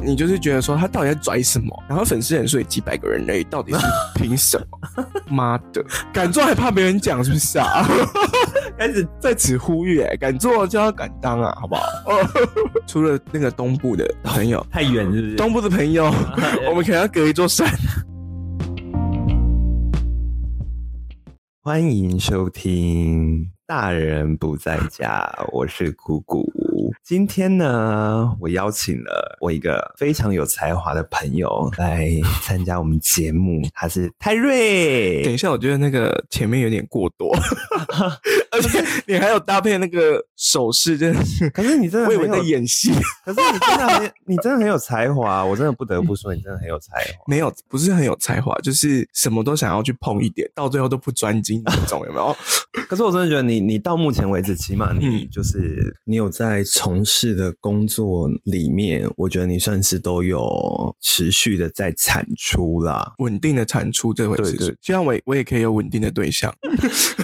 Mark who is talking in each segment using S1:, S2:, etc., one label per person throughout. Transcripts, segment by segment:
S1: 你就是觉得说他到底在拽什么？然后粉丝人数也几百个人而已，到 底是凭什么？妈的，敢做还怕没人讲是不是啊？ 开始在此呼吁、欸，敢做就要敢当啊，好不好？ 除了那个东部的朋友，
S2: 太远是不是？哎
S1: 东部的朋 友，我们可能要隔一座山。
S2: 欢迎收听《大人不在家》，我是姑姑。今天呢，我邀请了我一个非常有才华的朋友来参加我们节目，他是泰
S1: 等
S2: 瑞。
S1: 一下，我觉得那个前面有点过 多，而且你还有搭配那个手势，真的是，
S2: 可是你真的
S1: 我以为
S2: 很
S1: 在
S2: 有，
S1: 演戏。
S2: 可是你真的很，你真的很有才华，我真的不得不说，你真的很有才华。
S1: 没有，不是很有才华，就是什么都想要去碰一点，到最后都不专精那种，有没 有？
S2: 可是我真的觉得你，你到目前为止，起码你
S1: 嗯
S2: 就是你有在从事的工作里面，我觉得你算是都有持续的在产出 啦。
S1: 稳定的产出这回事，
S2: 对对
S1: 就像我也我也可以有稳定的对象，
S2: 应该是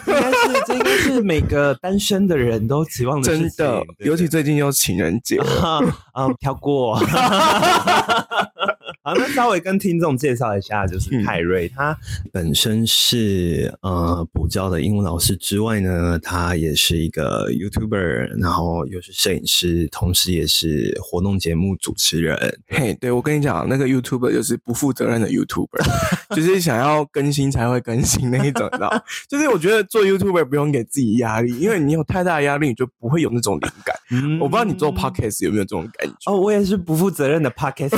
S2: 这应该是每个单身的人都期望的
S1: 真
S2: 事情，
S1: 的。
S2: 对
S1: 尤其最近又情人节，
S2: 啊 啊跳 过。好，那稍微跟听众介绍一下，就是
S1: 嗯
S2: 泰瑞，他本身是呃补教的英文老师之外呢，他也是一个 YouTuber，然后又是摄影师，同时也是活动节目主持人。
S1: 嘿，对我跟你讲，那个 YouTuber 就是不负责任的 YouTuber，就是 想要更新才会更新那一种，你知道吗？ 就是我觉得做 YouTuber 不用给自己压力，因为你有太大的压力，你就不会有那种灵感。
S2: 嗯
S1: 我不知道你做 Podcast 有没有这种感觉，
S2: 哦，我也是不负责任的 Podcast，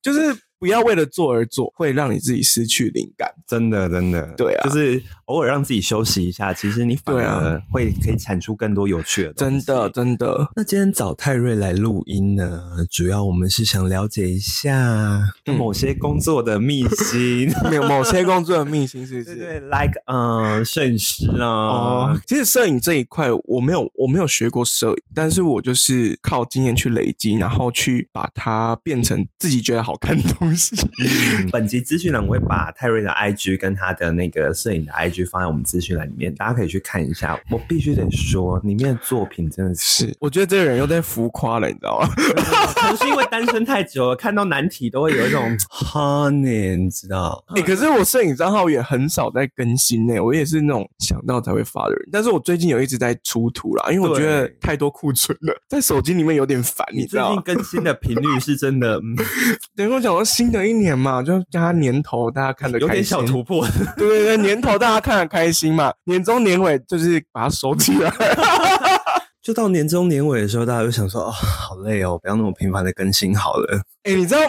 S1: 就是不要为了做而做，会让你自己失去灵感。
S2: 真的真的，
S1: 对啊
S2: 就是偶尔让自己休息一下，其实你反
S1: 对啊
S2: 而会可以产出更多有趣的东西
S1: 真的，真的，
S2: 那今天找泰瑞来录音呢，主要我们是想了解一下
S1: 嗯
S2: 某些工作的秘辛，
S1: 没 有某些工作的秘辛是不
S2: 对
S1: 是？
S2: 对，like 嗯，摄影师啊，
S1: 哦，其实摄影这一块我没有我没有学过摄影，但是我就是靠经验去累积，然后去把它变成自己觉得好看的东西。
S2: 嗯本集资讯栏我会把泰瑞的 IG 跟他的那个摄影的 IG 放在我们资讯栏里面，大家可以去看一下。我必须得说，里面的作品真的 是，
S1: 是，我觉得这个人又在浮夸了，你知道 吗？
S2: 可能是因为单身太久了，看到难题都会有一 种 honey，你知道？
S1: 欸可是我摄影账号也很少在更新呢、我也是那种想到才会发的人。但是我最近有一直在出图啦，因为我觉得
S2: 对
S1: 太多库存了，在手机里面有点烦，你知
S2: 最
S1: 道
S2: 近
S1: 吗？
S2: 更新的频率是真的，嗯，
S1: 等于我讲说新的一年嘛，就加年头，大家看的
S2: 有点小突破。
S1: 对对对，年头大家看得开心嘛，年终年尾就是把它收起 来。
S2: 就到年终年尾的时候，大家就想说，哦，好累哦，不要那么频繁的更新好了。
S1: 哎、你知道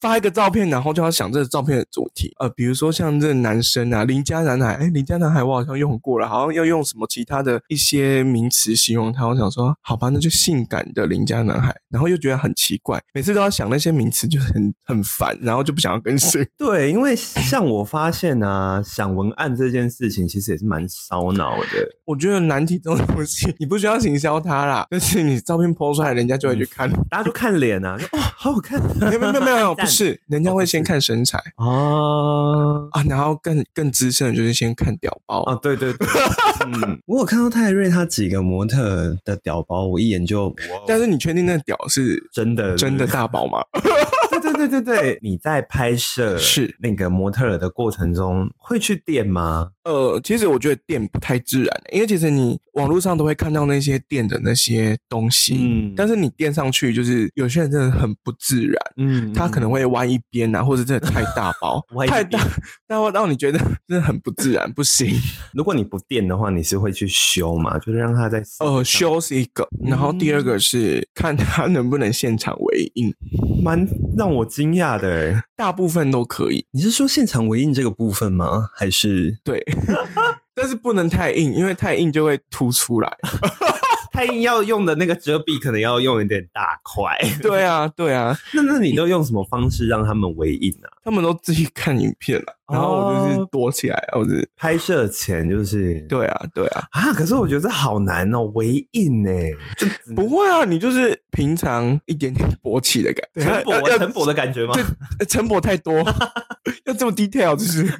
S1: 发一个照片，然后就要想这个照片的主题，呃，比如说像这个男生啊，邻家男孩，哎、邻家男孩我好像用过了，好像要用什么其他的一些名词形容他。我想说，好吧，那就性感的邻家男孩，然后又觉得很奇怪，每次都要想那些名词，就是很很烦，然后就不想要更新。
S2: 对，因为像我发现啊，想文案这件事情其实也是蛮烧脑的。
S1: 我觉得难题这种东西，你不需要行销它啦，但是你照片 PO 出来，人家就会去看。
S2: 大家就看脸啊，就哦，好好看
S1: 没有没有没有，不
S2: 赞
S1: 是，人家会先看身材。
S2: 哦
S1: 啊，然后更更资深的就是先看屌包
S2: 哦，对对对，嗯，我有看到泰瑞他几个模特的屌包，我一眼就，
S1: 但是你确定那屌是
S2: 真的
S1: 哦真的，大包吗？
S2: 对对对对对，你在拍摄
S1: 是
S2: 那个模特儿的过程中会去店吗？
S1: 呃，其实我觉得店不太自然，欸因为其实你网络上都会看到那些店的那些东西，
S2: 嗯
S1: 但是你店上去就是有些人真的很不自然，
S2: 嗯
S1: 他可能会弯一边啊，或者真的太大 包
S2: 歪，一
S1: 太大
S2: 边，
S1: 那让你觉得 真的很不自然，不 行。
S2: 如果你不垫的话，你是会去修嘛？就是让它在
S1: 呃，修是一个，然后第二个是看他能不能现场回应，
S2: 蛮让我惊讶的欸。
S1: 大部分都可以。
S2: 你是说现场回应这个部分吗？还是
S1: 对， 但是不能太硬，因为太硬就会凸出来。
S2: 太硬要用的那个遮蔽可能要用一点大块？
S1: 对啊，对啊，
S2: 那那你都用什么方式让他们回应啊？
S1: 他们都自己看影片了，然后我就是
S2: 哦
S1: 躲起来，啊我就是
S2: 拍摄前就是
S1: 对啊，对啊，
S2: 啊，可是我觉得这好难哦，回应呢、就只能
S1: 不会啊，你就是平常一点点勃起的感觉，
S2: 陈
S1: 要
S2: 博
S1: 要
S2: 陈博的感觉吗？
S1: 呃陈勃太多，要这么 detail 就是。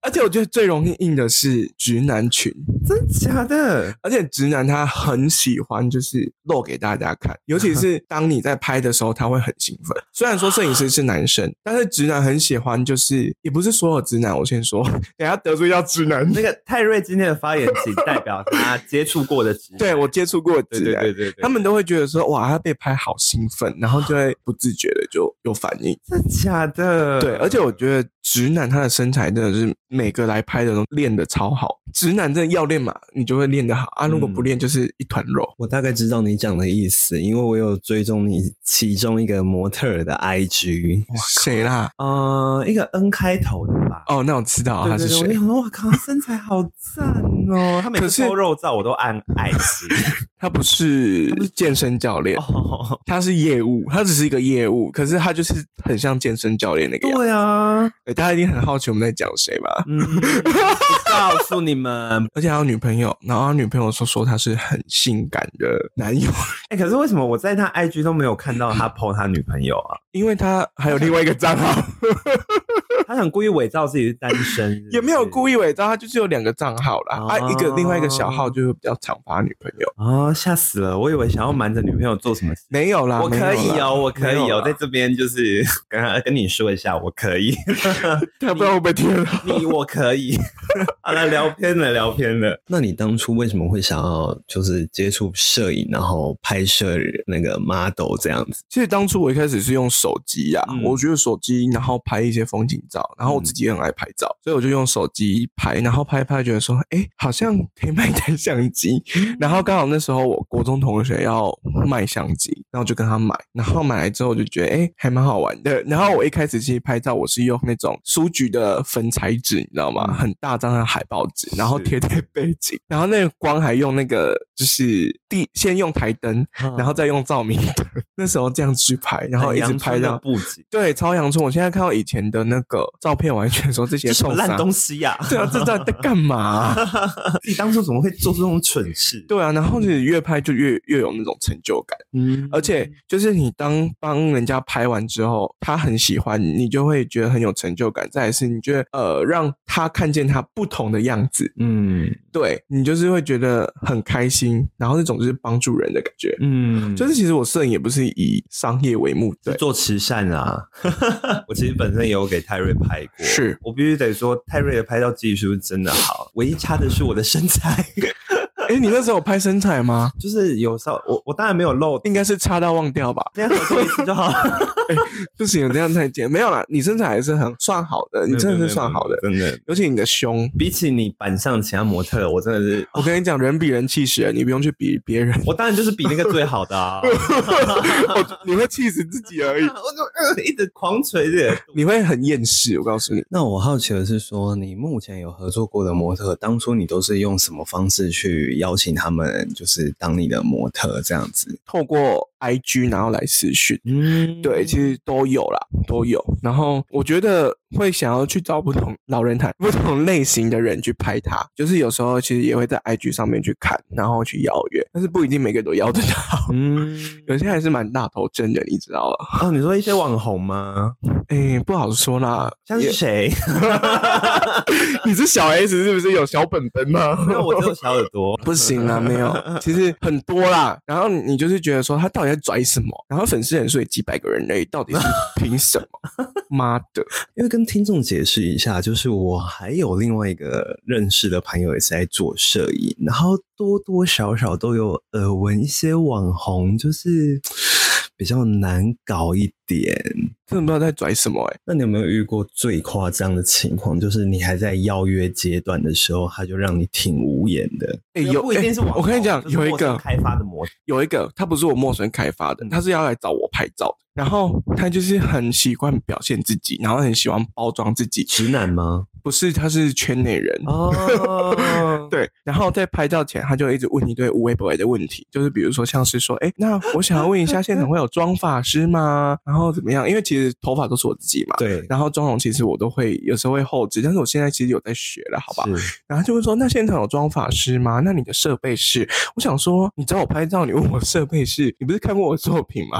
S1: 而且我觉得最容易硬的是直男群，
S2: 真的假的？
S1: 而且直男他很喜欢就是露给大家看，尤其 是当你在拍的时候，他会很兴奋。虽然说摄影师是男生，但是直男很喜欢，就是也不是所有直男。我先说，等下得罪到直男。
S2: 那个泰瑞今天的发言，仅代表他接触过的直男
S1: 对我接触过的
S2: 对
S1: 直
S2: 对
S1: 男，
S2: 对对对，
S1: 他们都会觉得说哇，他被拍好兴奋，然后就会不自觉的就有反应。
S2: 真的假的？
S1: 对，而且我觉得直男他的身材真的是每个来拍的都练得超好。直男真的要练嘛，你就会练得好啊；如果不
S2: 嗯
S1: 练，就是一团肉。
S3: 我大概知道你讲的意思，因为我有追踪你其中一个模特儿的 IG，
S1: 谁啦？
S2: 呃，一个 N 开头的吧。
S1: 哦，那我知道他
S2: 对
S1: 是
S2: 对对，我
S1: 谁
S2: 就。想说，哇靠，身材好赞哦！他每
S1: 可
S2: 次
S1: 是
S2: 偷肉照，我都按爱心。
S1: 他不是健身教练，
S2: 哦，
S1: 他是业务，他只是一个业务，可是他就是很像健身教练那个样子。
S2: 对啊，
S1: 对，大家一定很好奇我们在讲谁吧？
S2: 嗯，不告诉你们。
S1: 而且他有女朋友，然后他女朋友说说他是很性感的男友，
S2: 哎、可是为什么我在他 IG 都没有看到他 PO 他女朋友啊？
S1: 因为他还有另外一个账 号，
S2: 他想故意伪造自己是单身是不是，
S1: 也没有故意伪造，他就是有两个账号啦，啊，一个
S2: 哦
S1: 另外一个小号就是比较常发女朋友，
S2: 哦，吓死了！我以为想要瞒着女朋友做什么事。
S1: 没有
S3: 啊
S1: 啦，
S2: 我可以
S1: 没有啦
S2: 哦，我可以
S1: 没有
S2: 哦，
S1: 啦
S2: 在这边就是 跟他跟你说一下，我可以，
S1: 他不知道会不会听到。
S2: 你我可以。 好了，聊偏了，聊偏了。
S3: 那你当初为什么会想要就是接触摄影，然后拍摄那个 model 这样子？
S1: 其实当初我一开始是用手机呀、
S2: 嗯
S1: 我觉得手机，然后拍一些风景照，然后我自己也很爱拍照，所以我就用手机拍，然后拍一拍，觉得说，哎、好像可以卖一台相 机。然后刚好那时候我国中同学要卖相机，然后就跟他买，然后买来之后我就觉得，哎、还蛮好玩的。然后我一开始其实拍照，我是用那种书局的粉彩纸，你知道吗？
S2: 嗯
S1: 很大张的海报纸，然后
S2: 是
S1: 贴在背景，然后那个光还用那个就是地，先用台灯，
S2: 嗯啊
S1: 然后再用照明灯， 那时候这样去拍，然后一直拍
S2: 到
S1: 到
S2: 布 景，
S1: 对超洋葱。我现在看到以前的那个照片，我还觉得说这些
S2: 这什么
S1: 冲
S2: 烂
S1: 啥
S2: 东西呀、
S1: 对啊，这到底在干嘛啊、
S2: 自己当初怎么会做出这种蠢事？
S1: 对啊，然后就是越拍就越越有那种成就感，
S2: 嗯
S1: 而且就是你当帮人家拍完之后，他很喜欢你，你就会觉得很有成就感。再来是你觉得呃，让他看见他不同的样子，
S2: 嗯
S1: 对你就是会觉得很开心，然后那种就是帮助人的感觉。
S2: 嗯，
S1: 就是其实我摄影也不是以商业为目的
S2: 是，做慈 善啊。我其实本身也有给泰瑞拍过，
S1: 是
S2: 我必须得说，泰瑞的拍照技术真的好，唯一差的是我的身材，
S1: 哎、你那时候有拍身材吗？
S2: 就是有时候我我当然没有露，
S1: 应该是差到忘掉吧？
S2: 这样合作一次就好 了。
S1: 不行，这样太贱。没有啦，你身材还是很算好的，你真的是算好的，
S2: 真的。
S1: 尤其你的胸。
S2: 比起你板上其他模特，我真的是，，
S1: 我跟你讲，人比人气死人，你不用去比别人
S2: 我当然就是比那个最好 的啊。
S1: 我你会气死自己而已，
S2: 我就、呃、一直狂捶这个。
S1: 你会很厌世。我告诉你，
S3: 那我好奇的是说，你目前有合作过的模特，当初你都是用什么方式去邀请他们，就是当你的模特这样子？
S1: 透过 IG 然后来私讯，
S2: 嗯，
S1: 对，其实都有啦，都有。然后我觉得会想要去找不同老人谈、 不同类型的人去拍他，就是有时候其实也会在 IG 上面去看，然后去邀约，但是不一定每个都邀得到。
S2: 嗯，
S1: 有些还是蛮大头针的，你知道吧？
S2: 哦，你说一些网红吗？
S1: 哎、不好说啦。
S2: 像是谁？
S1: 你是小 S 是不是有小本本吗？
S2: 那我只有小耳朵。
S1: 不行 啦，没有，其实很多啦。然后你就是觉得说他到底在拽什么？然后粉丝人数也几百个人而已，到底是凭什 么？妈的！
S3: 因为跟听众解释一下，就是我还有另外一个认识的朋友也是在做摄影，然后多多少少都有耳闻一些网红，就是比较难搞一点。
S1: 真的不知道在拽什么哎、
S3: 那你有没有遇过最夸张的情况？就是你还在邀约阶段的时候，他就让你挺无言的。
S1: 欸有
S2: 不一定是网
S1: 欸
S2: 红，
S1: 我跟你讲，
S2: 就是
S1: 有一
S2: 陌生
S1: 个
S2: 开发的模式，
S1: 有一个，他不是我陌生开发的，他是要来找我拍照的。然后他就是很习惯表现自己，然后很喜欢包装自己。
S3: 直男吗？
S1: 不是，他是圈内 人，
S2: 哦
S1: 对，然后在拍照前，他就一直问一堆无微不微的问题，就是比如说像是说，哎，那我想要问一下，现场会有妆发师吗？然后怎么样？因为其实头发都是我自己嘛，
S3: 对，
S1: 然后妆容其实我都会有时候会后置，但是我现在其实有在学了，好吧？
S2: 是
S1: 然后他就会说，那现场有妆发师吗？那你的设备是？我想说，你 找我拍照，你问我设备是？你不是看过我作品吗？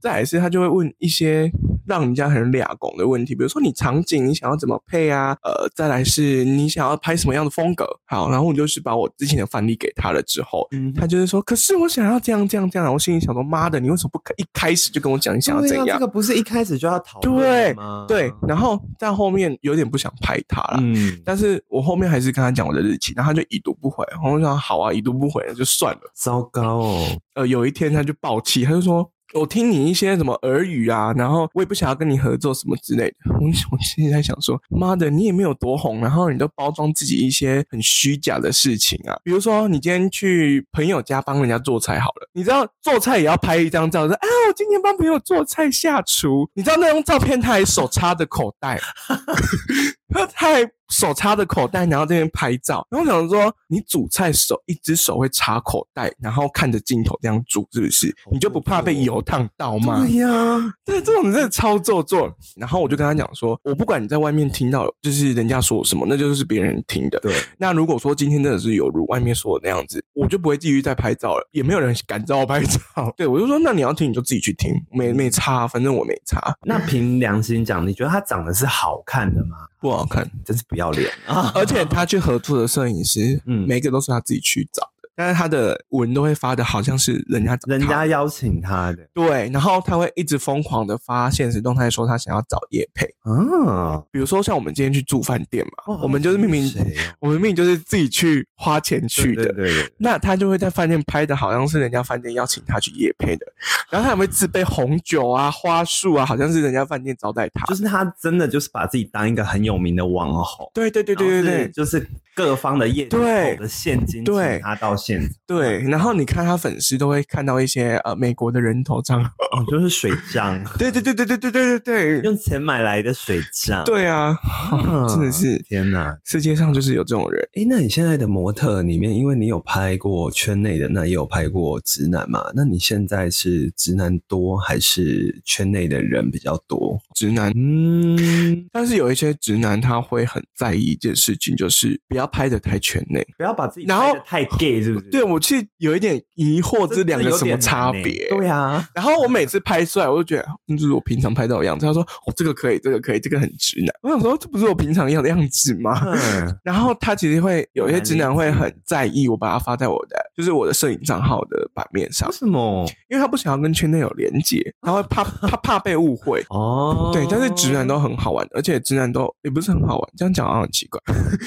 S1: 再来是，他就会问一些让人家很俩拱的问题，比如说你场景你想要怎么配啊，呃，再来是你想要拍什么样的风格，好，然后我就是把我之前的范例给他了之后，
S2: 嗯
S1: 他就是说，可是我想要这样这样这样，我心里想说，妈的，你为什么不一开始就跟我讲你想要怎
S2: 对啊
S1: 样
S2: 这？个不是一开始就要讨论的吗？
S1: 对，然后在后面有点不想拍他了。
S2: 嗯，
S1: 但是我后面还是跟他讲我的日期，然后他就已读不回。然后我想好啊，已读不回了就算了。
S2: 糟糕哦，
S1: 呃，有一天他就爆气，他就说：“我听你一些什么耳语啊，然后我也不想要跟你合作什么之类的。我” 我现在在想说，妈的，你也没有多红，啊然后你都包装自己一些很虚假的事情啊。比如说，你今天去朋友家帮人家做菜好了，你知道做菜也要拍一张照，说啊，我今天帮朋友做菜下厨。你知道那张照片，他还手插着口袋，他他还手插着口袋，然后这边拍照。然后我想说，你煮菜手一只手会插口袋，然后看着镜头这样煮，是不是？你就不怕被油烫到吗？
S2: 对呀，
S1: 对，这种真的超做作。然后我就跟他讲说，我不管你在外面听到，就是人家说什么，那就是别人听的。
S2: 对，
S1: 那如果说今天真的是有如外面说的那样子，我就不会继续再拍照了，也没有人敢找我拍照。对我就说，那你要听你就自己去听，没没差，反正我没差，
S2: 那凭良心讲，你觉得他长得是好看的吗？
S1: 不好看。
S2: 真是不要脸啊！
S1: 而且他去合作的摄影师，
S2: 嗯
S1: 每个都是他自己去找的，但是他的文都会发的好像是人家找他
S2: 人家邀请他的
S1: 对，然后他会一直疯狂的发现实动态说他想要找叶配，
S2: 啊，
S1: 比如说像我们今天去住饭店
S2: 哦
S1: 嘛，我们就是明明
S2: 谁呀
S1: 我们明明就是自己去花钱去的。
S2: 对对对对
S1: 那他就会在饭店拍的，好像是人家饭店邀请他去夜配的，然后他还会自备红酒啊、花束啊，好像是人家饭店招待他。
S2: 就是他真的就是把自己当一个很有名的网红，
S1: 对对对对对
S2: 然后是
S1: 对
S2: 就是各方的业主
S1: 对
S2: 投的现金，
S1: 对
S2: 请他到 现场，
S1: 对，然后你看他粉丝都会看到一些呃美国的人头账号，
S2: 哦，就是水账，
S1: 对对对对对对对对对，
S2: 用钱买来的水账，
S1: 对啊，
S2: 啊，
S1: 真的是
S2: 天哪！
S1: 世界上就是有这种人，
S3: 哎，那你现在的模特里面，因为你有拍过圈内的，那也有拍过直男嘛？那你现在是直男多还是圈内的人比较多？
S1: 直男。
S2: 嗯，
S1: 但是有一些直男他会很在意一件事情，就是不要拍的太圈内。
S2: 不要把自己
S1: 然后
S2: 拍得太 gay 是不是？
S1: 对我其实有一点疑惑，
S2: 这，
S1: 这两个
S2: 有
S1: 什么
S2: 点
S1: 差
S2: 难欸
S1: 别？
S2: 对啊，
S1: 然后我每次拍出来，我就觉得嗯这是我平常拍到的样子。他说：“哦，这个可以，这个可以，这个很直男。”我想说，这不是我平常要的样子吗？
S2: 嗯，
S1: 然后他其实会有一些直男会
S2: 很难
S1: 很在意我把它发在我的就是我的摄影账号的版面上
S2: 为，什么？
S1: 因为他不想要跟圈内有连接，他会怕他怕被误会。
S2: 哦，
S1: 对，但是直男都很好玩，而且直男都也不是很好玩，这样讲好像很奇怪。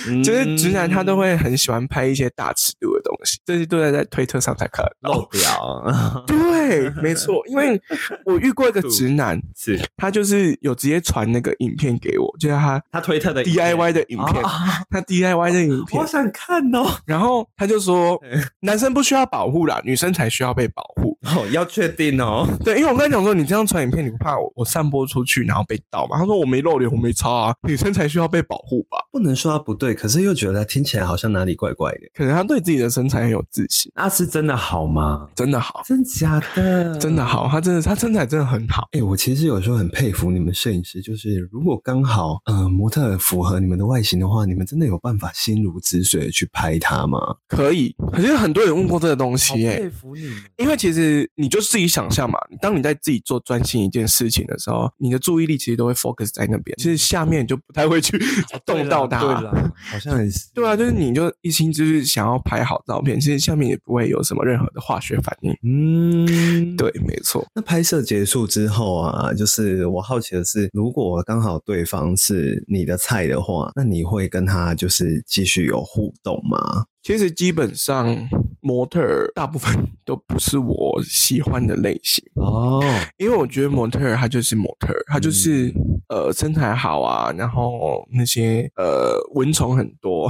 S2: 嗯
S1: 就是直男他都会很喜欢拍一些大尺度的东西，这些都在在推特上才看得到。
S2: 漏掉，
S1: 对，没错，因为我遇过一 个直男，
S2: 是
S1: 他就是有直接传那个影片给我，就是他
S2: 他推特的影片
S1: DIY 的影片，
S2: 啊
S1: 他 DIY 的影片
S2: 我，想看哦。
S1: 然后他就 说
S2: 对
S1: 男生不需要保护啦，女生才需要被保护。
S2: 哦，要确定哦。
S1: 对，因为我跟他讲说，你这样传影片，你不怕我我散播出去然后被盗嘛？他说我没露脸，我没抄啊，女生才需要被保护吧？
S3: 不能说他不对，可是又觉得听起来好像哪里怪怪的。
S1: 可能他对自己的身材很有自信，
S2: 那是真的好吗？
S1: 真的好，
S2: 真假 的？
S1: 真的好，他真的他身材真的很好。
S3: 哎、我其实有时候很佩服你们摄影师，就是如果刚好呃模特儿符合你们的外形的话，你们真的有办法心如止水的去拍他吗？
S1: 可以，可是很多人问过这个东
S2: 好
S1: 西耶、
S2: 佩服你们。
S1: 因为其实你就自己想象嘛，当你在自己做专心一件事情的时候，你的注意力其实都会 focus 在那边，其实下面你就不太会去 动到它。
S2: 哦对了，
S3: 好像也是。
S1: 对啊，就是你就一心就是想要拍好照片，其实下面也不会有什么任何的化学反应。
S3: 嗯，
S1: 对，没错，
S3: 那拍摄结束之后啊，就是我好奇的是，如果刚好对方是你的菜的话，那你会跟他就是继续有互动吗？
S1: 其实基本上模特儿大部分都不是我喜欢的类型。
S3: 哦，
S1: 因为我觉得模特儿他就是模特儿，他就是、呃身材好啊，然后那些呃蚊虫很多，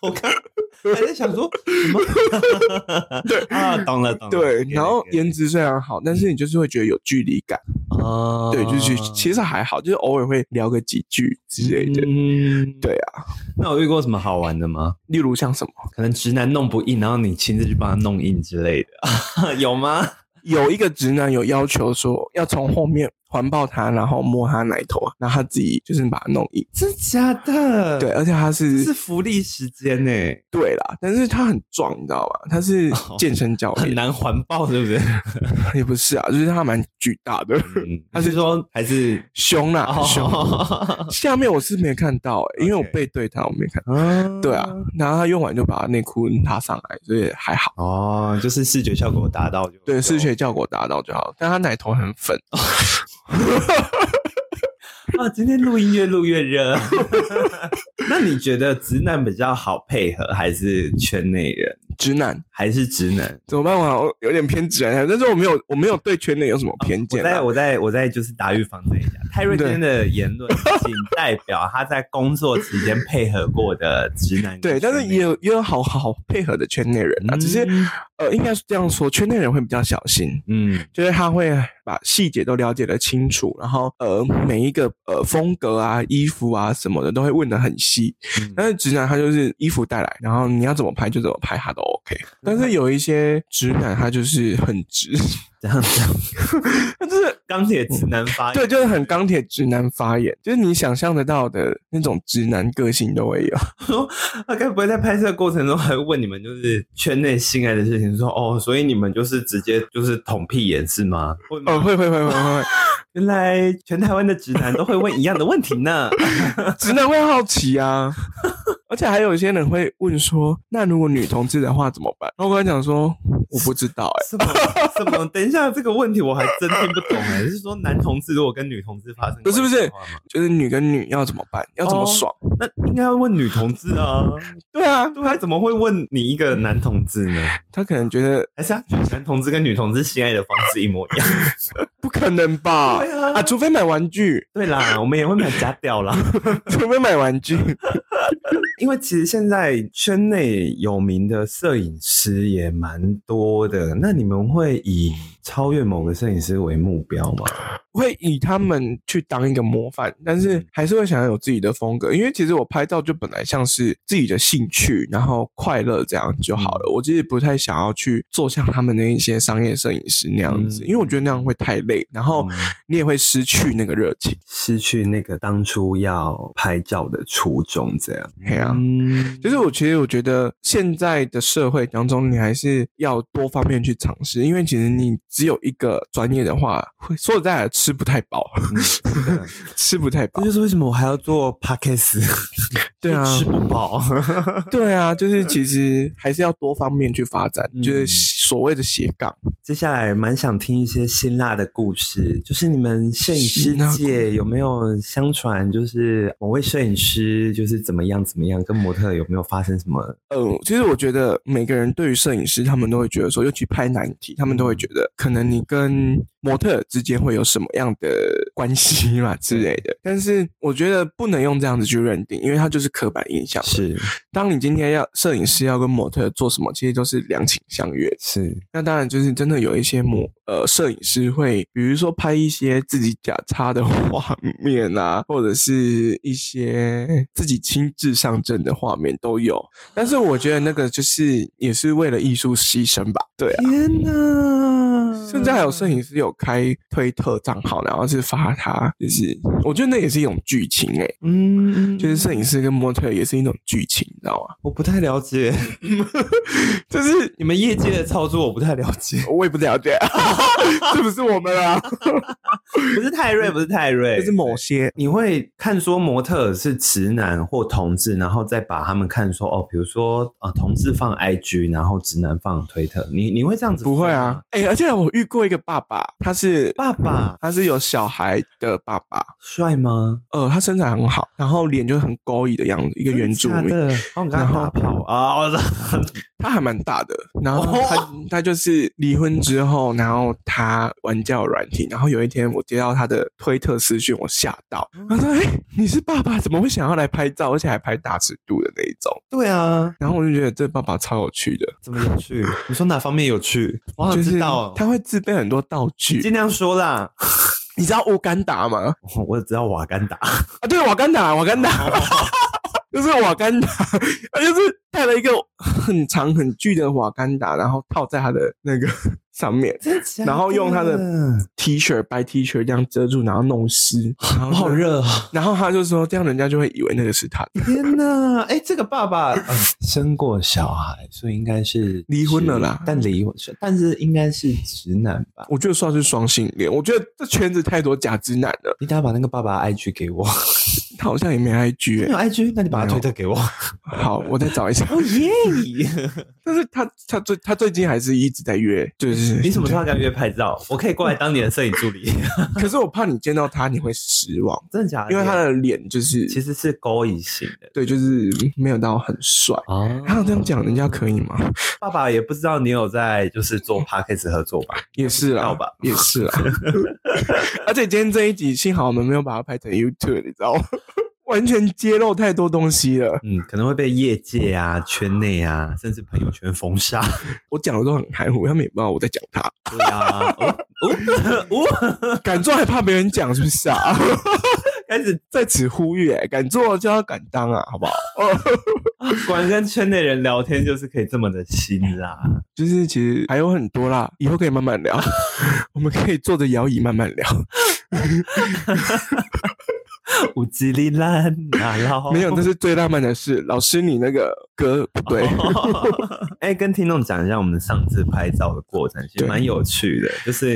S3: 我刚还在想说什 么？对啊，懂了懂了。
S1: 对，
S3: 给
S1: 然后
S3: 给
S1: 颜值虽然好，但是你就是会觉得有距离感，
S3: 哦，
S1: 对，就是其实还好，就是偶尔会聊个几句之类的，
S3: 嗯，
S1: 对啊，
S3: 那我遇过什么好玩的吗？
S1: 例如像什么，
S2: 可能直男弄不硬，然后你亲自去帮他弄硬之类的，有吗？
S1: 有一个直男有要求说要从后面环抱他，然后摸他奶头啊，然后他自己就是把它弄硬。
S2: 真假的？
S1: 对，，而且他是
S2: 嗯是福利时间呢、
S1: 对啦，但是他很壮，你知道吧？他是
S2: 哦
S1: 健身教
S2: 很
S1: 练，
S2: 难环抱，对不对？
S1: 也不是啊，就是他蛮巨大的，
S2: 嗯，他是说还是
S1: 凶啦，
S2: 哦
S1: 很凶。 下面我是没看到、欸，因为我
S2: OK
S1: 背对他，我没看。
S2: 啊
S1: 对啊，然后他用完就把内裤拉上来，所以还好。
S2: 哦，就是视觉效果达到就
S1: 对，
S2: 就
S1: 视觉效果达到就好，但他奶头很粉，
S2: 啊，今天录音越录越热。 那你觉得直男比较好配合，还是圈内人，
S1: 直男
S2: 还是直男？
S1: 怎么办？我好像有点偏直男，但是我没有，我没有对圈内有什么偏
S2: 哦我
S1: 见、
S2: 在
S1: 啊。
S2: 我在我在就是打预防针一下，泰瑞今天的言论仅代表他在工作期间配合过的直男跟
S1: 对，但是
S2: 圈内
S1: 也有也有好好配合的圈内人啊，只是
S2: 嗯
S1: 呃，应该是这样说，圈内人会比较小心，
S2: 嗯
S1: 就是他会把细节都了解的清楚，然后呃每一个呃风格啊、衣服啊什么的都会问的很细。
S2: 嗯
S1: 但是直男他就是衣服带来，然后你要怎么拍就怎么拍，他都 OK。但是有一些直男他就是很直，
S2: 这样 子，
S1: 他就是
S2: 钢铁直男发言
S1: 对，就是很钢铁直男发言，就是你想象得到的那种直男个性都会有。
S2: 他该不会在拍摄过程中还会问你们就是圈内性爱的事情，说哦，所以你们就是直接就是捅屁眼是吗？会吗
S1: 呃，会会会会会，
S2: 原来全台湾的直男都会问一样的问题呢。
S1: 直男会好奇啊。 而且还有一些人会问说，那如果女同志的话怎么办？然后我跟他讲说，我不知道哎、
S2: 什么什么？等一下，这个问题我还真听不懂哎、是说男同志如果跟女同志发生
S1: 不是不是
S2: 关系的话吗
S1: 就是女跟女要怎么办，要怎么
S2: 哦
S1: 爽？
S2: 那应该要问女同志啊，
S1: 对啊，
S2: 对啊，怎么会问你一个男同志呢？
S1: 他可能觉得
S2: 还是他觉得男同志跟女同志性爱的方式一模一样？
S1: 不可能吧？
S2: 对啊
S1: 啊，除非买玩具，
S2: 对啦，我们也会买假屌啦。
S1: 除非买玩具。
S2: 因为其实现在圈内有名的摄影师也蛮多的，那你们会以超越某个摄影师为目标吗？
S1: 会以他们去当一个模范，但是
S2: 嗯
S1: 还是会想要有自己的风格。因为其实我拍照就本来像是自己的兴趣，然后快乐这样就好
S2: 嗯
S1: 了。我其实不太想要去做像他们那一些商业摄影师那样子，
S2: 嗯
S1: 因为我觉得那样会太累，然后
S2: 嗯
S1: 你也会失去那个热情。
S2: 失去那个当初要拍照的初衷，这样。
S1: 嘿啊，
S2: 嗯，
S1: 就是我其实我觉得现在的社会当中，你还是要多方面去尝试，因为其实你只有一个专业的话，会说实在的吃不太饱，
S2: 嗯真的
S1: 吃不太饱
S2: 这。就是为什么我还要做 podcast，
S1: 对啊
S2: 就吃不饱。
S1: 对啊，就是其实还是要多方面去发展，
S2: 嗯
S1: 就是所谓的斜杠。
S2: 接下来蛮想听一些辛辣的故事，就是你们摄影师
S1: 辛辣故
S2: 界有没有相传，就是某位摄影师就是怎么样怎么样，跟模特有没有发生什么？
S1: 嗯，其实我觉得每个人对于摄影师，他们都会觉得说，尤其拍难题，他们都会
S2: 嗯
S1: 觉得可能你跟模特之间会有什么样的 关系嘛之类的。但是我觉得不能用这样子去认定，因为它就是刻板印象。
S2: 是
S1: 当你今天要摄影师要跟模特做什么，其实都是两情相悦。
S2: 是，
S1: 那当然就是真的有一些模呃摄影师会，比如说拍一些自己假插的 画面啊，或者是一些自己亲自上阵的画面都有。但是我觉得那个就是也是为了艺术牺牲吧，对啊。
S2: 天哪！
S1: 甚至还有摄影师有开推特账号，然后是发他，就是我觉得那也是一种剧情诶、
S2: 嗯，嗯
S1: 就是摄影师跟模特也是一种剧情，你知道吗？
S2: 我不太 了解
S1: 就是
S2: 你们业界的操作，我不太了解。
S1: 我也不了解，啊 是不是我们啊？
S2: 不是泰瑞，不嗯是泰瑞，
S1: 就是某些
S2: 你会看说模特是直男或同志，然后再把他们看说哦，比如说呃同志放 IG，然后直男放推特，你你会这样子？
S1: 不会啊，，嗯哎、而且我遇过一个爸爸，他是
S2: 爸爸
S1: 他是有小孩的爸爸，
S2: 帅吗？
S1: 呃，他身材很好，然后脸就很勾引的样子，一个原住
S2: 真
S1: 民，
S2: 的假的，哦，你刚
S1: 然
S2: 刚
S1: 后
S2: 打炮啊，我操，
S1: 他还蛮大的。然后他、
S2: 哦
S1: 他就是离婚之后，然后他玩交友软体，然后有一天我接到他的推特私讯，我吓到，他
S2: 哦
S1: 说：“哎、你是爸爸，怎么会想要来拍照，而且还拍大尺度的那一种
S2: 对啊？”，
S1: 然后我就觉得这爸爸超有趣的，
S2: 怎么有趣？你说哪方面有趣？我想
S1: 就是
S2: 哦知道，
S1: 他会自备很多道具
S2: 尽。量说啦。
S1: 你知道乌干达吗？
S2: 我我只知道瓦干达，
S1: 啊，对，瓦干达，瓦干达。就是瓦干达，他就是带了一个很长很巨的瓦干达，然后套在他的那个 上面，然后用他的 T 恤白 T 恤这样遮住，然后弄湿，然后
S3: 我好
S1: 就。
S3: 热啊！
S1: 然后他就说，这样人家就会以为那个是他。
S3: 天哪，哎、
S2: 哎，这个爸爸，
S3: 呃生过小孩，所以应该是
S1: 离婚了啦
S3: 直但离婚，但是应该是直男吧？
S1: 我觉得算是双性恋。我觉得这圈子太多假直男了，
S3: 你等下把那个爸爸的 IG 给 我，
S1: 他好像也没 IG
S3: 你
S1: 欸、
S3: 有 IG，那你把他推特 给我。
S1: 哦好，我再找一下。
S3: 耶！
S1: 但是他他最他最近还是一直在约，就是
S2: 你什么时候要跟他约拍照？我可以过来当你的摄影助 理，
S1: 可是我怕你见到他你会失望，
S2: 真的假的？
S1: 因为他的脸就是
S2: 啊其实是勾引型的，
S1: 对，就是没有到很帅。
S3: 啊，
S1: 他有这样讲，人家可以吗？
S2: 爸爸也不知道你有在就是做 podcast 合作吧？
S1: 也是
S2: 知
S1: 啦
S2: 道吧，
S1: 也是啦。而且今天这一集，幸好我们没有把它拍成 YouTube，你知道吗？ 完全揭露太多东西了，
S2: 嗯，
S3: 可能会被业界啊、圈内啊，甚至朋友圈封 杀。
S1: 我讲的都很含糊，他们也不知道我在讲他，
S2: 对啊，哦哦哦，
S1: 敢做还怕别人讲是不是啊？
S2: 开始
S1: 在此呼吁、欸，敢做就要敢当啊，好不好？
S2: 果然跟圈内人聊天就是可以这么的辛辣。
S1: 就是其实还有很多啦，以后可以慢慢聊， 我们可以坐着摇椅慢慢聊。
S2: 五吉利烂啊，然后
S1: 没有，那是最浪漫的事。老师，你那个歌不对，
S2: 哦哎、跟听众讲一下我们上次拍照的过程，其实
S1: 对
S2: 蛮有 趣的。就是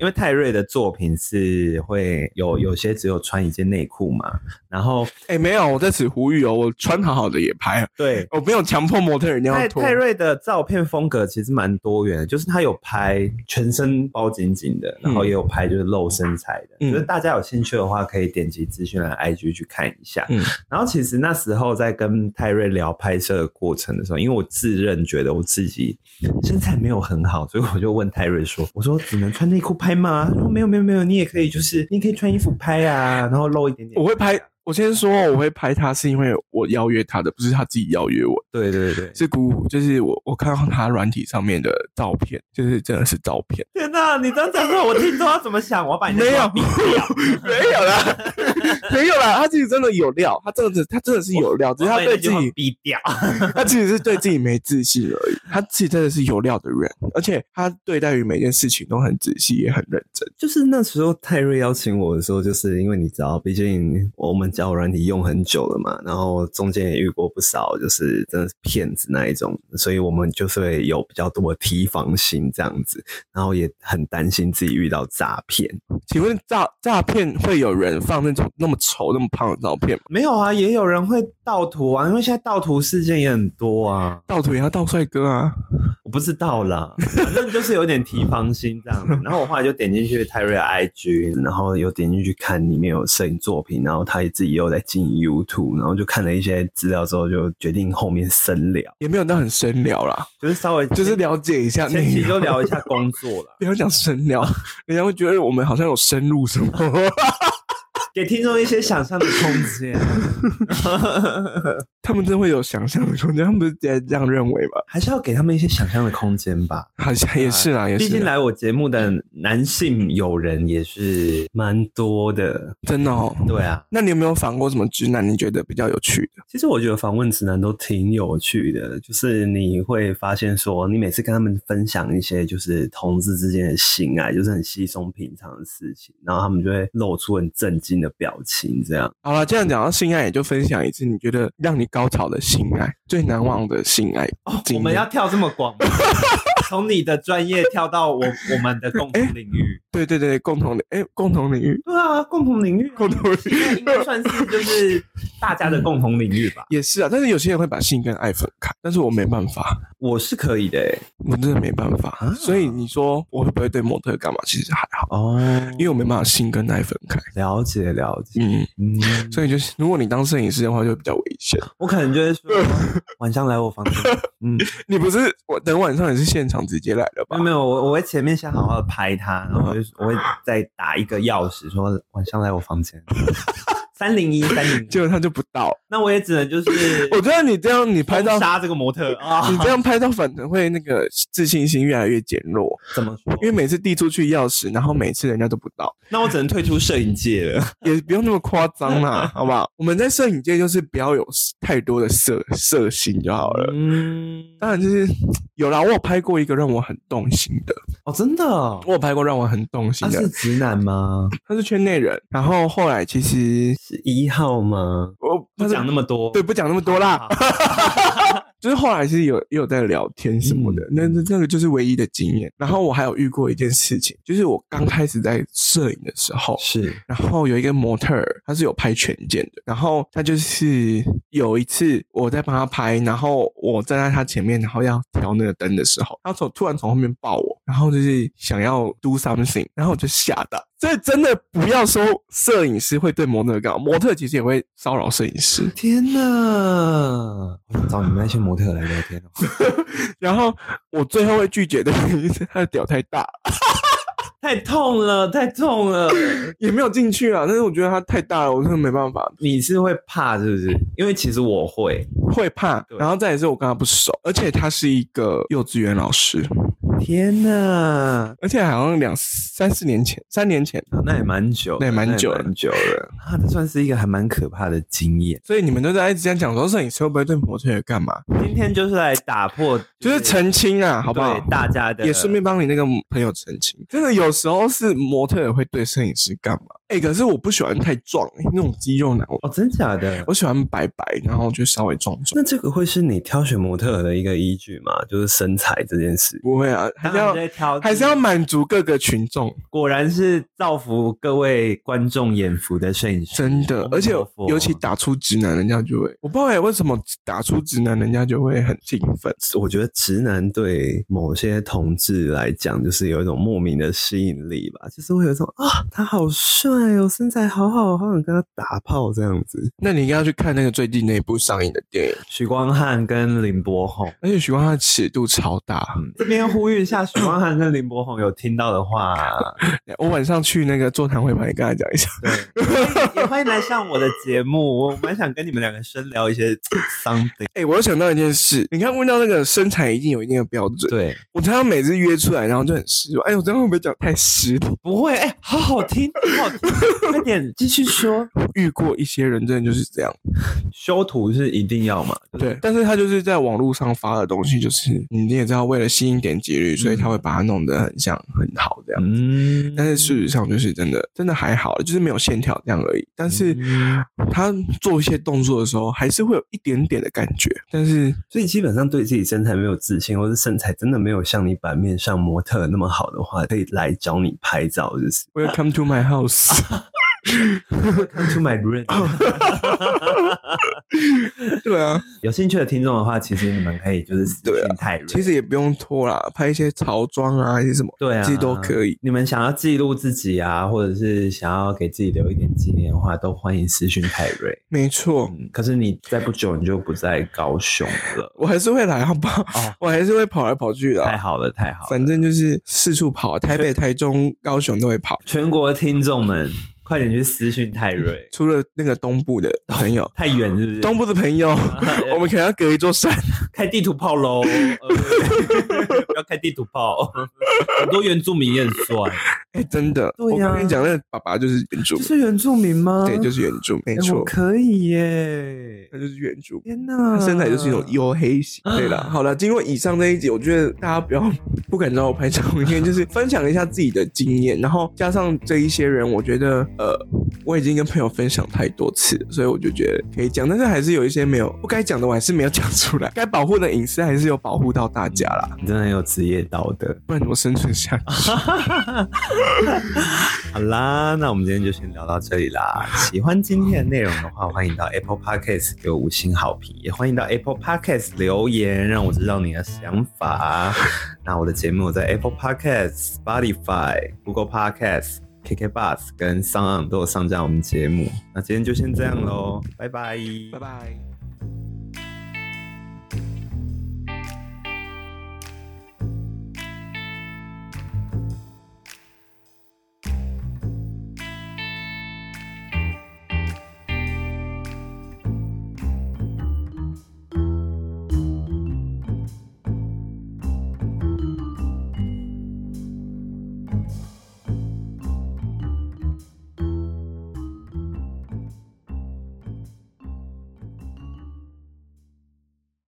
S2: 因为泰瑞的作品是会有有些只有穿一件内裤嘛，然后
S1: 哎、没有，我在此呼吁哦，我穿好好的也拍，哦
S2: 对
S1: 我没有强迫模特人一定要
S2: 泰
S1: 脱。
S2: 泰瑞的照片风格其实蛮多元的，就是他有拍全身包紧紧的，然后也有拍就是露身材的。
S1: 嗯
S2: 就是大家有兴趣的话，可以点击资讯栏 IG 去看一下。
S1: 嗯
S2: 然后其实那时候在跟泰瑞聊拍摄的过程的时候，因为我自认觉得我自己身材没有很好，所以我就问泰瑞说：“我说只能穿内裤拍吗？”他说：“没有没有没有，你也可以就是你可以穿衣服拍啊，然后露一点点。”
S1: 我会拍。我先说，哦我会拍他是因为我邀约他的，不是他自己邀约我。
S2: 对对对，
S1: 是鼓舞，就是我我看到他软体上面的照片，就是真的是照片，
S2: 天哪！你这样讲出来，我听众要怎么想？我要把你的
S1: 没有
S2: 话闭掉。
S1: 没有啦， 没有啦，他自己真的有料，他真的是他真的是有料，只是他对自己
S2: 逼掉。
S1: 他其实是对自己没自信而已，他自己真的是有料的人，而且他对待于每件事情都很仔细，也很认真。
S3: 就是那时候泰瑞邀请我的时候，就是因为你知道，毕竟我们交友软体用很久了嘛，然后中间也遇过不少，就是真的是骗子那一种，所以我们就是会有比较多的提防心这样子，然后也很担心自己遇到诈骗。
S1: 请问诈诈骗会有人放那种那么丑、那么胖的照片吗？
S2: 没有啊，也有人会盗图啊，因为现在盗图事件也很多啊。
S1: 盗图也要盗帅哥啊！
S2: 我不知道啦，反正就是有点提防心这样子。然后我后来就点进去泰瑞的 IG，
S3: 然后有点进去看里面有摄影作品，然后他也自己又在经营 YouTube，然后就看了一些资料之后，就决定后面深聊。
S1: 也没有到很深聊啦，
S2: 就是稍微
S1: 就是了解一下
S2: 前
S1: 内
S2: 期就
S1: 容。
S2: 聊一下工作 啦。
S1: 不要讲深聊，人家会觉得我们好像有深入什么。
S2: 给听众一些想象的空间。
S1: 他们真的会有想象的空间，他们不是这这样认为吗？
S3: 还是要给他们一些想象的空间吧。
S1: 好像也是啦，也
S2: 啊毕
S1: 是啊
S2: 竟
S1: 啦，
S2: 来我节目的男性友人也是蛮多的，
S1: 真的哦。
S2: 对啊。
S1: 那你有没有访过什么直男？你觉得比较有趣的？
S3: 其实我觉得访问直男都挺有趣的，就是你会发现说，你每次跟他们分享一些就是同志之间的性爱，就是很稀松平常的事情，然后他们就会露出很震惊的表情，这样。
S1: 好了，这样讲到性爱，也就分享一次你觉得让你高潮的性爱，最难忘的性爱经
S2: 哦我
S1: 验。
S2: 们要跳这么 广吗，从你的专业跳到我我们的共同领域。
S1: 对对对，共同的哎、共同领域，
S2: 对啊，共同领域啊，
S1: 共同领域
S2: 应该算是就是大家的共同领域吧。
S1: 也是啊。但是有些人会把性跟爱分开，但是我没办法，
S2: 我是可以的、欸，
S1: 我真的没办法。
S2: 啊
S1: 所以你说我会不会对模特干嘛？其实还好，
S3: 哦，
S1: 因为我没办法性跟爱分开。
S3: 了解了解，
S1: 嗯，
S3: 嗯，
S1: 所以就是如果你当摄影师的话，就比较危险。
S3: 我可能就会 说晚上来我房间，嗯，
S1: 你不是我等晚上也是现场直接来的
S2: 没
S1: 吧
S2: 有？没有，我我会前面先好好的拍他，然后我会我会再打一个钥匙说晚上来我房间。 三零一三零
S1: 结
S2: 一，
S1: 果他就不到。
S2: 那我也只能就是
S1: 我觉得你这样，你 拍照
S2: 封，杀这个模特 啊，
S1: 你这样拍照反而会那个自信心越来越减弱，
S2: 怎么说？
S1: 因为每次递出去钥匙，然后每次人家都不到，
S2: 那我只能退出摄影界了。
S1: 也不用那么夸张 啦，好不好？我们在摄影界就是不要有太多的色色心就好了。
S2: 嗯，
S1: 当然就是有啦，我有拍过一个让我很动心的，
S2: 哦，真的哦，
S1: 我有拍过让我很动心
S2: 他
S1: 的，
S2: 啊是直男吗？
S1: 他是圈内人，然后后来其实
S3: 是一号吗？
S1: 我
S2: 不讲那
S1: 么
S2: 么多，
S1: 对，不讲那么多啦，就是后来是有也有在聊天什么的，
S2: 嗯
S1: 那那这个就是唯一的经验。然后我还有遇过一件事情，就是我刚开始在摄影的时候，
S3: 是
S1: 然后有一个模特儿，他是有拍全件的。然后他就是有一次我在帮他拍，然后我站在他前面，然后要调那个灯的时候，他从突然从后面抱我，然后就是想要 do something，然后我就吓到。所以真的不要说摄影师会对模特搞，模特其实也会骚扰摄影师。
S3: 天哪！我想找你们那些模特来聊天哦。
S1: 然后我最后会拒绝的原因是他的屌太大，
S2: 太痛了，太痛了。
S1: 也没有进去啊。但是我觉得他太大了，我真的没办法。
S2: 你是会怕是不是？因为其实我会。
S1: 会怕，
S2: 对
S1: 然后再也是我跟他不熟，而且他是一个幼稚园老师，
S3: 天哪！
S1: 而且好像两三四年前，三年前，
S2: 哦
S3: 啊那也蛮久了，
S1: 对蛮
S3: 那也
S1: 久了
S3: 蛮久了。啊，这算是一个还蛮可怕的经验。
S1: 所以你们都在一直这样讲说摄影师会不会对模特儿干嘛，
S2: 今天就是来打破，
S1: 就是澄清啊，好不好
S2: 对？大家的
S1: 也顺便帮你那个朋友澄清，真的有时候是模特儿会对摄影师干嘛？哎、可是我不喜欢太壮、欸那种肌肉男，我
S2: 哦，真假的？
S1: 我喜欢白白，然后就稍微壮壮。
S3: 那这个会是你挑选模特儿的一个依据吗？就是身材这件事。
S1: 不会啊，还
S2: 当
S1: 是
S2: 然
S1: 要
S2: 在挑，
S1: 还是要满足各个群众，
S2: 果然是造福各位观众眼福的摄影师，
S1: 真的。
S2: 阿弥
S1: 而且
S2: 陀佛
S1: 尤其打出直男，人家就会，我不知道欸为什么打出直男，人家就会很兴奋。
S3: 我觉得直男对某些同志来讲，就是有一种莫名的吸引力吧，就是会有一种啊，他好帅哦，身材好好，好想跟他打炮这样子。
S1: 那你应该要去看那个最近那一部上映的电影，
S2: 许光汉跟林柏宏。嗯
S1: 而且许光汉的尺度超大。
S2: 这边呼吁一下，许光汉跟林柏宏有听到的话，
S1: 哎我晚上去那个座谈会吧，你跟他讲一下。
S2: 对，也欢迎来上我的节目，我蛮想跟你们两个深聊 一些 something。
S1: 哎、我又想到一件事，你看问到那个身材一定有一定的标准，
S3: 对，
S1: 我常常每次约出来，然后就很失望。哎、我这样会不会讲太失礼？
S2: 不会，哎、好好听，好好听，快点继 续说。
S1: 遇过一些人真的就是这样，
S2: 修图是一定要嘛？
S1: 对，但是他就是在网络上发的东西，就是你也知道，为了吸引点击率，所以他会把它弄得很像很好这样。
S2: 嗯
S1: 但是事实上就是真的，真的还好，就是没有线条这样而已。但是他做一些动作的时候，还是会有一点点的感觉。但是
S3: 所以基本上对自己身材没有自信，或是身材真的没有像你版面上模特那么好的话，可以来找你拍照，就是
S1: Welcome to my house，
S2: 看出 my room。
S1: 对啊，
S2: 有兴趣的听众的话，其实你们可以就是私
S1: 对啊
S2: 信泰瑞。
S1: 其实也不用脱啦，拍一些潮妆啊，一些什么，
S2: 对啊，
S1: 这些都可以。
S2: 你们想要记录自己啊，或者是想要给自己留一点纪念的话，都欢迎私讯泰瑞。
S1: 没错，
S2: 嗯，可是你在不久你就不在高雄了，
S1: 我还是会来，好不好？
S2: 哦
S1: 我还是会跑来跑去的
S2: 太
S1: 啊。
S2: 好了，太好了！
S1: 反正就是四处跑，啊台北、台中、高雄都会跑，
S2: 全国的听众们，快点去私讯泰瑞，
S1: 除了那个东部的朋友，
S2: 太远是不是？
S1: 东部的朋友，我们可能要隔一座山。
S2: 开地图 炮喽！呃不要开地图炮， 很多原住民也很帅，
S1: 哎、真的，
S3: 对呀
S1: 我跟你讲，那个爸爸就是原住民，
S3: 原住民
S2: 呃
S3: 吗
S1: 对，就是原住民，没
S3: 哎
S1: 错，
S3: 我可以耶！
S1: 他就是原住民。
S3: 天
S1: 他
S2: 嗯
S3: 哪，
S1: 身材就是一种黝黑型。对了，好了，经过以上这一集，我觉得大家不要不敢找我拍照片，就是分享一下自己的经验，然后加上这一些人，我觉得呃，我已经跟朋友分享太多次了，所以我就觉得可以讲，但是还是有一些没有不该讲的，我还是没有讲出来，该保护的隐私还是有保护到大家啦，
S3: 你真的很有职业道德。
S1: 不然怎么生存下去？
S3: 好啦，那我们今天就先聊到这里啦。喜欢今天的内容的话，欢迎到 Apple Podcast 给我五星好评，也欢迎到 Apple Podcast 留言，让我知道你的想法。那我的节目在 Apple Podcast、Spotify、Google Podcast、KK Bus 跟 s o n 都有上架我们节目。那今天就先这样喽，拜拜，
S1: 拜拜。